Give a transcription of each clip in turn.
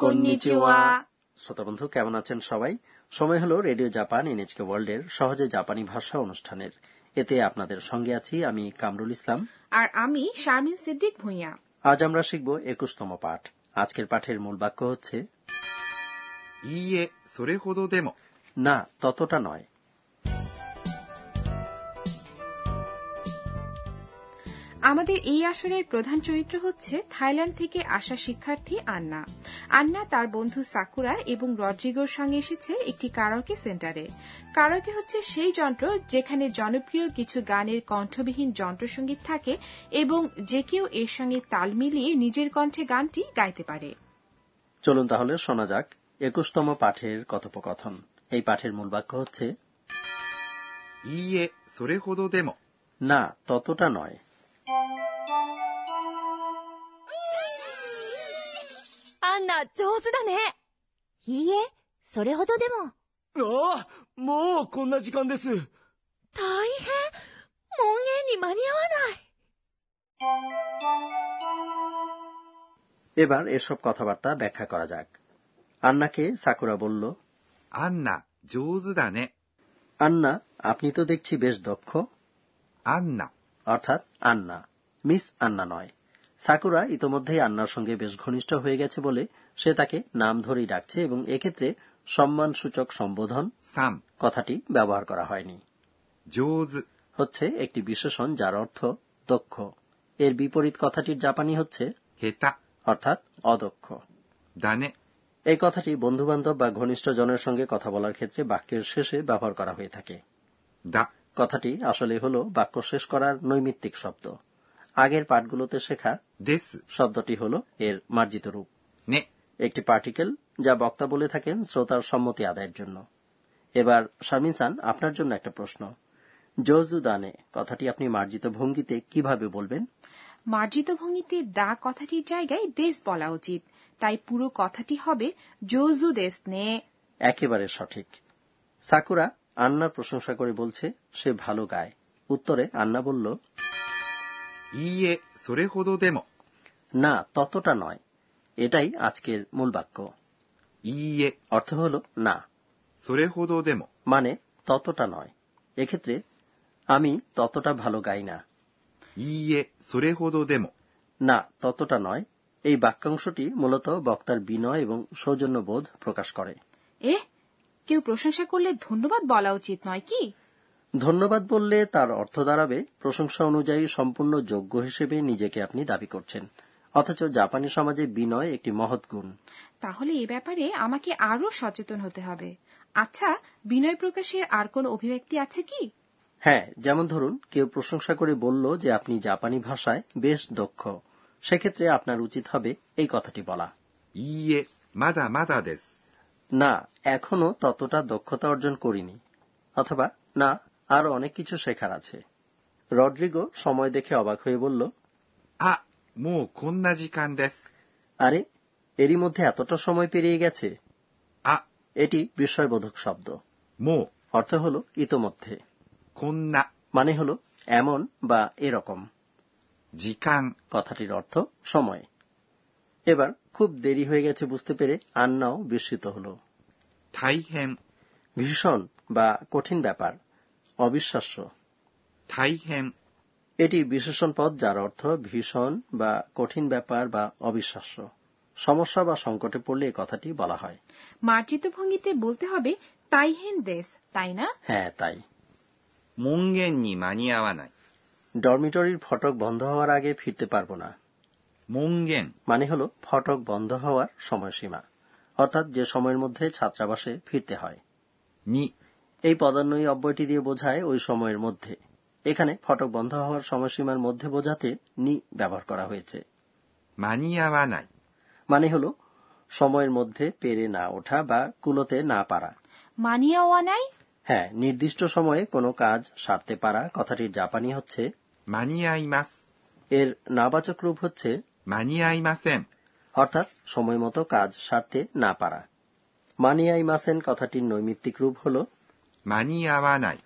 Konnichiwa. শ্রোতা বন্ধু কেমন আছেন সবাই সময় হলো রেডিও জাপান এনএচকে ওয়ার্ল্ডের সহজে জাপানি ভাষা অনুষ্ঠানের এতে আপনাদের সঙ্গে আছি আমি কামরুল ইসলাম আর আমি শারমিন সিদ্দিক ভুঁইয়া আজ আমরা শিখব একুশতম পাঠ আজকের পাঠের মূল বাক্য হচ্ছে いいえ、それほどでも。 না ততটা নয় আমাদের এই আসরের প্রধান চরিত্র হচ্ছে থাইল্যান্ড থেকে আসা শিক্ষার্থী আন্না আন্না তার বন্ধু সাকুরা এবং রড্রিগোর সঙ্গে এসেছে একটি কারাওকে সেন্টারে কারাওকে হচ্ছে সেই যন্ত্র যেখানে জনপ্রিয় কিছু গানের কণ্ঠবিহীন যন্ত্রসঙ্গীত থাকে এবং যে কেউ এর সঙ্গে তাল মিলিয়ে নিজের কণ্ঠে গানটি গাইতে পারে চলুন তাহলে শোনা যাক একুশতম পাঠের কথোপকথন এই পাঠের মূল বাক্য হচ্ছে いいえ、それほどでも。 না ততটা নয় アンナ、上手だね。いいえ、それほどでも。ああ、もうこんな時間です。大変。門限に間に合わない。 এবার এসব কথাবার্তা ব্যাখ্যা করা যাক আন্নাকে সাকুরা বলল アンナ、上手だね。 আন্না আপনি তো দেখছি বেশ দক্ষ アンナ、 অর্থাৎ আন্না মিস আন্না নয় সাকুরা ইতোমধ্যেই আন্নার সঙ্গে বেশ ঘনিষ্ঠ হয়ে গেছে বলে সে তাকে নাম ধরেই ডাকছে এবং এক্ষেত্রে সম্মানসূচক সম্বোধন さん、 কথাটি ব্যবহার করা হয়নি 上手、 হচ্ছে একটি বিশেষণ যার অর্থ দক্ষ এর বিপরীত কথাটির জাপানি হচ্ছে 下手、 অর্থাৎ অদক্ষ だね。 এই কথাটি বন্ধুবান্ধব বা ঘনিষ্ঠ জনের সঙ্গে কথা বলার ক্ষেত্রে বাক্যের শেষে ব্যবহার করা হয়ে থাকে だ、 কথাটি আসলে হল বাক্য শেষ করার নৈমিত্তিক শব্দ আগের পাঠগুলোতে শেখা です、 শব্দটি হল এর মার্জিত রূপ ね。 একটি পার্টিকেল যা বক্তা বলে থাকেন শ্রোতার সম্মতি আদায়ের জন্য এবার শামিন সান আপনার জন্য একটা প্রশ্ন জজু দানে কথাটি আপনি মার্জিত ভঙ্গিতে কিভাবে বলবেন মার্জিত ভঙ্গিতে দা কথাটির জায়গায় দেশ বলা উচিত তাই পুরো কথাটি হবে জোজু দেশ নে একেবারে সঠিক সাকুরা আন্নার প্রশংসা করে বলছে সে ভালো গায় উত্তরে আন্না বলল いいえ、それほどでも。 না ততটা নয় এটাই আজকের মূল বাক্য いいえ、 অর্থ হল না それほどでも。 মানে ততটা নয় এক্ষেত্রে আমি ততটা ভালো গাই না いいえ、それほどでも。 না ততটা নয় এই বাক্যাংশটি মূলত বক্তার বিনয় এবং সৌজন্যবোধ প্রকাশ করে এ কেউ প্রশংসা করলে ধন্যবাদ বলা উচিত নয় কি ধন্যবাদ বললে তার অর্থ দাঁড়াবে প্রশংসা অনুযায়ী সম্পূর্ণ যোগ্য হিসেবে নিজেকে আপনি দাবি করছেন অথচ জাপানি সমাজে বিনয় একটি মহৎ গুণ তাহলে এ ব্যাপারে আমাকে আরও সচেতন হতে হবে আচ্ছা বিনয় প্রকাশের আর কোন অভিব্যক্তি আছে কি হ্যাঁ যেমন ধরুন কেউ প্রশংসা করে বলল যে আপনি জাপানি ভাষায় বেশ দক্ষ সেক্ষেত্রে আপনার উচিত হবে এই কথাটি বলা いいえ、まだまだです。 না এখনো ততটা দক্ষতা অর্জন করিনি অথবা না আরো অনেক কিছু শেখার আছে রড্রিগো সময় দেখে অবাক হয়ে বলল あ、もうこんな時間です。 আরে এরই মধ্যে এতটা সময় পেরিয়ে গেছে あ、 এটি বিস্ময়বোধক শব্দ もう、 অর্থ হল ইতোমধ্যে こんな、 মানে হল এমন বা এরকম 時間、 কথাটির অর্থ সময় এবার খুব দেরি হয়ে গেছে বুঝতে পেরে আন্নাও বিস্মিত হল 大変、 ভীষণ বা কঠিন ব্যাপার অবিশ্বাস্য 大変、 এটি বিশেষণ পদ যার অর্থ ভীষণ বা কঠিন ব্যাপার বা অবিশ্বাস্য সমস্যা বা সংকটে পড়লে এই কথাটি বলা হয় মার্জিত ভঙ্গিতে বলতে হবে তাইহেন দেশ তাই না হ্যাঁ তাই 門限に間に合わない。 ডরমিটরির ফটক বন্ধ হওয়ার আগে ফিরতে পারবো না 門限、 মানে হল ফটক বন্ধ হওয়ার সময়সীমা অর্থাৎ যে সময়ের মধ্যে ছাত্রাবাসে ফিরতে হয় に、 এই পদান্বয়ী অব্যয়টি দিয়ে বোঝায় ওই সময়ের মধ্যে এখানে ফটক বন্ধ হওয়ার সময়সীমার মধ্যে বোঝাতে নি ব্যবহার করা হয়েছে 間に合わない。 মানে হল সময়ের মধ্যে পেরে না ওঠা বা কুলোতে না পারা মানিয়া ওয়ানাই হ্যাঁ নির্দিষ্ট সময়ে কোনো কাজ সারতে পারা কথাটির জাপানি হচ্ছে 間に合います。 এর নাবাচক রূপ হচ্ছে 間に合いません。 অর্থাৎ সময় মতো কাজ সারতে না পারা মানিয়াই মাসেন কথাটির নৈমিত্তিক রূপ হল 間に合わない。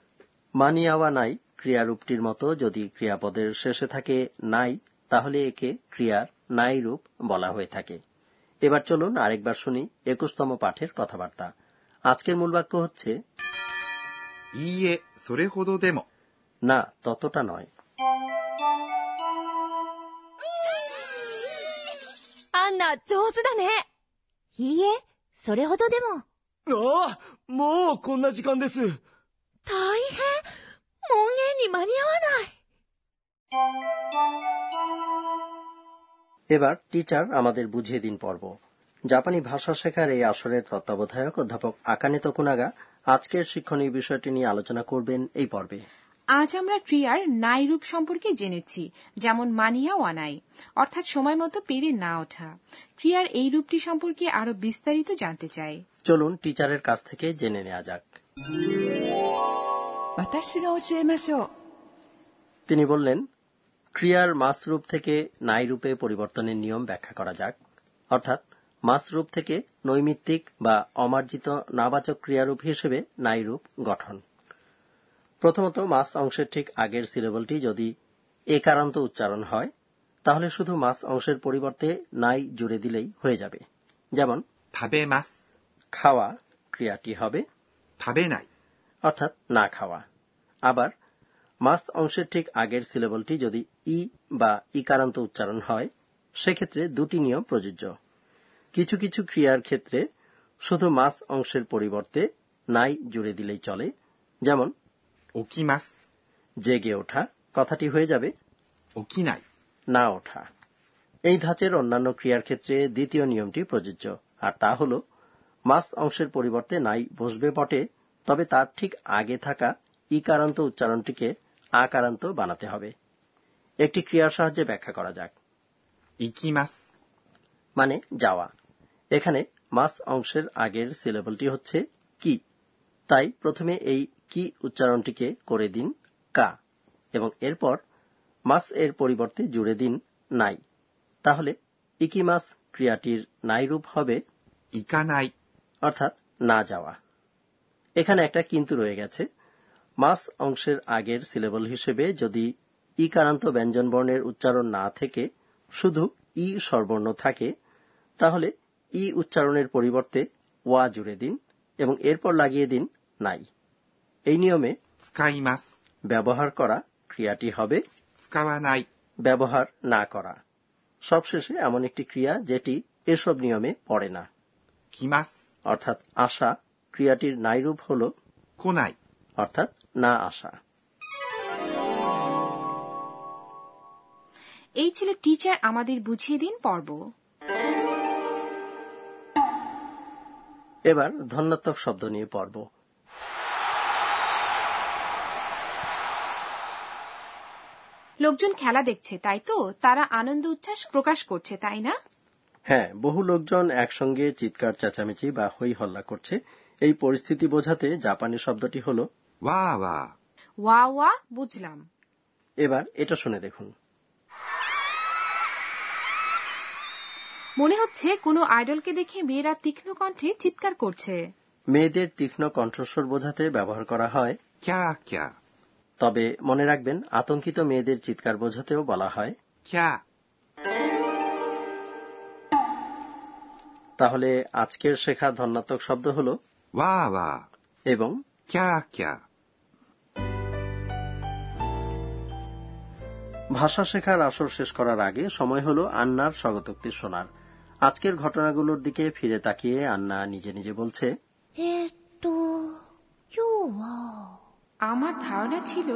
মানিয়াওয়া নাই ক্রিয়ারূপটির মতো যদি ক্রিয়াপদের শেষে থাকে নাই তাহলে একে ক্রিয়ার নাই রূপ বলা হয়ে থাকে এবার চলুন আরেকবার শুনি একুশতম পাঠের কথাবার্তা আজকের মূল বাক্য হচ্ছে いいえ、それほどでも。 না ততটা নয় アンナ上手だね。いいえ、それほどでも。ああ、もうこんな時間です。大変。門限に間に合わない。 এবার টিচার আমাদের বুঝিয়ে দিন পর্ব জাপানি ভাষা শেখার এই আসরের তত্ত্বাবধায়ক অধ্যাপক আকানে তকুনাগা আজকের শিক্ষণীয় বিষয়টি নিয়ে আলোচনা করবেন এই পর্বে আজ আমরা ক্রিয়ার নাই রূপ সম্পর্কে জেনেছি যেমন মানিয়া অনাই অর্থাৎ সময় মতো পেরে না ওঠা ক্রিয়ার এই রূপটি সম্পর্কে আরো বিস্তারিত জানতে চাই চলুন টিচারের কাছ থেকে জেনে নেওয়া যাক তিনি বললেন ক্রিয়ার মাসরূপ থেকে নাই রূপে পরিবর্তনের নিয়ম ব্যাখ্যা করা যাক অর্থাৎ মাসরূপ থেকে নৈমিত্তিক বা অমার্জিত নাবাচক ক্রিয়ারূপ হিসেবে নাই রূপ গঠন প্রথমত মাস অংশের ঠিক আগের সিলেবলটি যদি একারান্ত উচ্চারণ হয় তাহলে শুধু মাস অংশের পরিবর্তে নাই জুড়ে দিলেই হয়ে যাবে যেমন 食べます。 খাওয়া ক্রিয়াটি হবে 食べない。 অর্থাৎ না খাওয়া আবার মাস অংশের ঠিক আগের সিলেবলটি যদি ই বা ইকারান্ত উচ্চারণ হয় সেক্ষেত্রে দুটি নিয়ম প্রযোজ্য কিছু কিছু ক্রিয়ার ক্ষেত্রে শুধু মাস অংশের পরিবর্তে নাই জুড়ে দিলেই চলে যেমন 起きます。 জেগে ওঠা কথাটি হয়ে যাবে 起きない。 না ওঠা এই ধাঁচের অন্যান্য ক্রিয়ার ক্ষেত্রে দ্বিতীয় নিয়মটি প্রযোজ্য আর তা হল মাস অংশের পরিবর্তে নাই বসবে বটে তবে তার ঠিক আগে থাকা ইকারান্ত উচ্চারণটিকে আকারান্ত বানাতে হবে একটি ক্রিয়ার সাহায্যে ব্যাখ্যা করা যাক 行きます。 মানে যাওয়া এখানে মাস অংশের আগের সিলেবলটি হচ্ছে কি তাই প্রথমে এই কি উচ্চারণটিকে করে দিন কা এবং এরপর মাস এর পরিবর্তে জুড়ে দিন নাই তাহলে ইকি মাস ক্রিয়াটির নাই রূপ হবে 行かない。 অর্থাৎ না যাওয়া এখানে একটা কিন্তু রয়ে গেছে মাস অংশের আগের সিলেবল হিসেবে যদি ইকারান্ত ব্যঞ্জনবর্ণের উচ্চারণ না থেকে শুধু ই স্বরবর্ণ থাকে তাহলে ই উচ্চারণের পরিবর্তে ওয়া জুড়ে দিন এবং এরপর লাগিয়ে দিন নাই এই নিয়মে 使います。 ব্যবহার করা ক্রিয়াটি হবে 使わない。 ব্যবহার না করা সবশেষে এমন একটি ক্রিয়া যেটি এসব নিয়মে পড়ে না 来ます。 অর্থাৎ আশা ক্রিয়াটির নাইরূপ হল 来ない。 অর্থাৎ না আসা এই ছিল টিচার আমাদের বুঝিয়ে দিন পর্ব এবার ধন্যাত্মক শব্দ নিয়ে পর্ব লোকজন খেলা দেখছে তাই তো তারা আনন্দ উচ্ছ্বাস প্রকাশ করছে তাই না হ্যাঁ বহু লোকজন একসঙ্গে চিৎকার চেঁচামেচি বা হই হল্লা করছে এই পরিস্থিতি বোঝাতে জাপানি শব্দটি হল わーわ ওয়া ওয়া বুঝলাম এবার এটা শুনে দেখুন মনে হচ্ছে কোনো আইডলকে দেখে মেয়েরা তীক্ষ্ণ কণ্ঠে চিৎকার করছে মেয়েদের তীক্ষ্ণ কণ্ঠস্বর বোঝাতে ব্যবহার করা হয় ー。キャーキャー。 তবে মনে রাখবেন আতঙ্কিত মেয়েদের চিৎকার বোঝাতেও বলা হয় キャー。 তাহলে আজকের শেখা ধন্যাত্মক শব্দ হল わーわ এবং ー。キャーキャー。 ভাষা শেখার আসর শেষ করার আগে সময় হলো আন্নার স্বগতোক্তি শোনার আজকের ঘটনাগুলোর দিকে ফিরে তাকিয়ে আন্না নিজে নিজে বলছে えーっと、今日は。 আমার ধারণা ছিল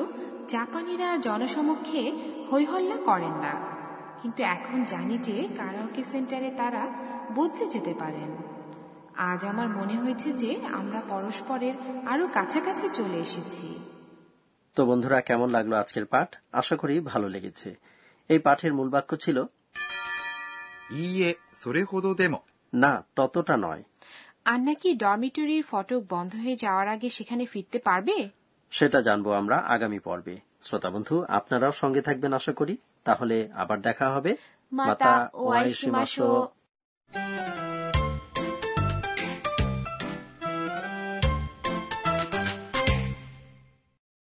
জাপানিরা জনসমক্ষে হৈহল্লা করেন না কিন্তু এখন জানি যে কারাওকে সেন্টারে তারা বদলে যেতে পারেন আজ আমার মনে হয়েছে যে আমরা পরস্পরের আরো কাছাকাছি চলে এসেছি তো বন্ধুরা কেমন লাগলো আজকের পাঠ আশা করি ভালো লেগেছে এই পাঠের মূল বাক্য ছিল いいえ、それほどでも。 না ততটা নয় আন্না কি ডরমিটরির ফটক বন্ধ হয়ে যাওয়ার আগে সেখানে ফিরতে পারবে সেটা জানবো আমরা আগামী পর্বে শ্রোতা বন্ধু আপনারাও সঙ্গে থাকবেন আশা করি তাহলে আবার দেখা হবে মাতা ওয়াইশিমাশো।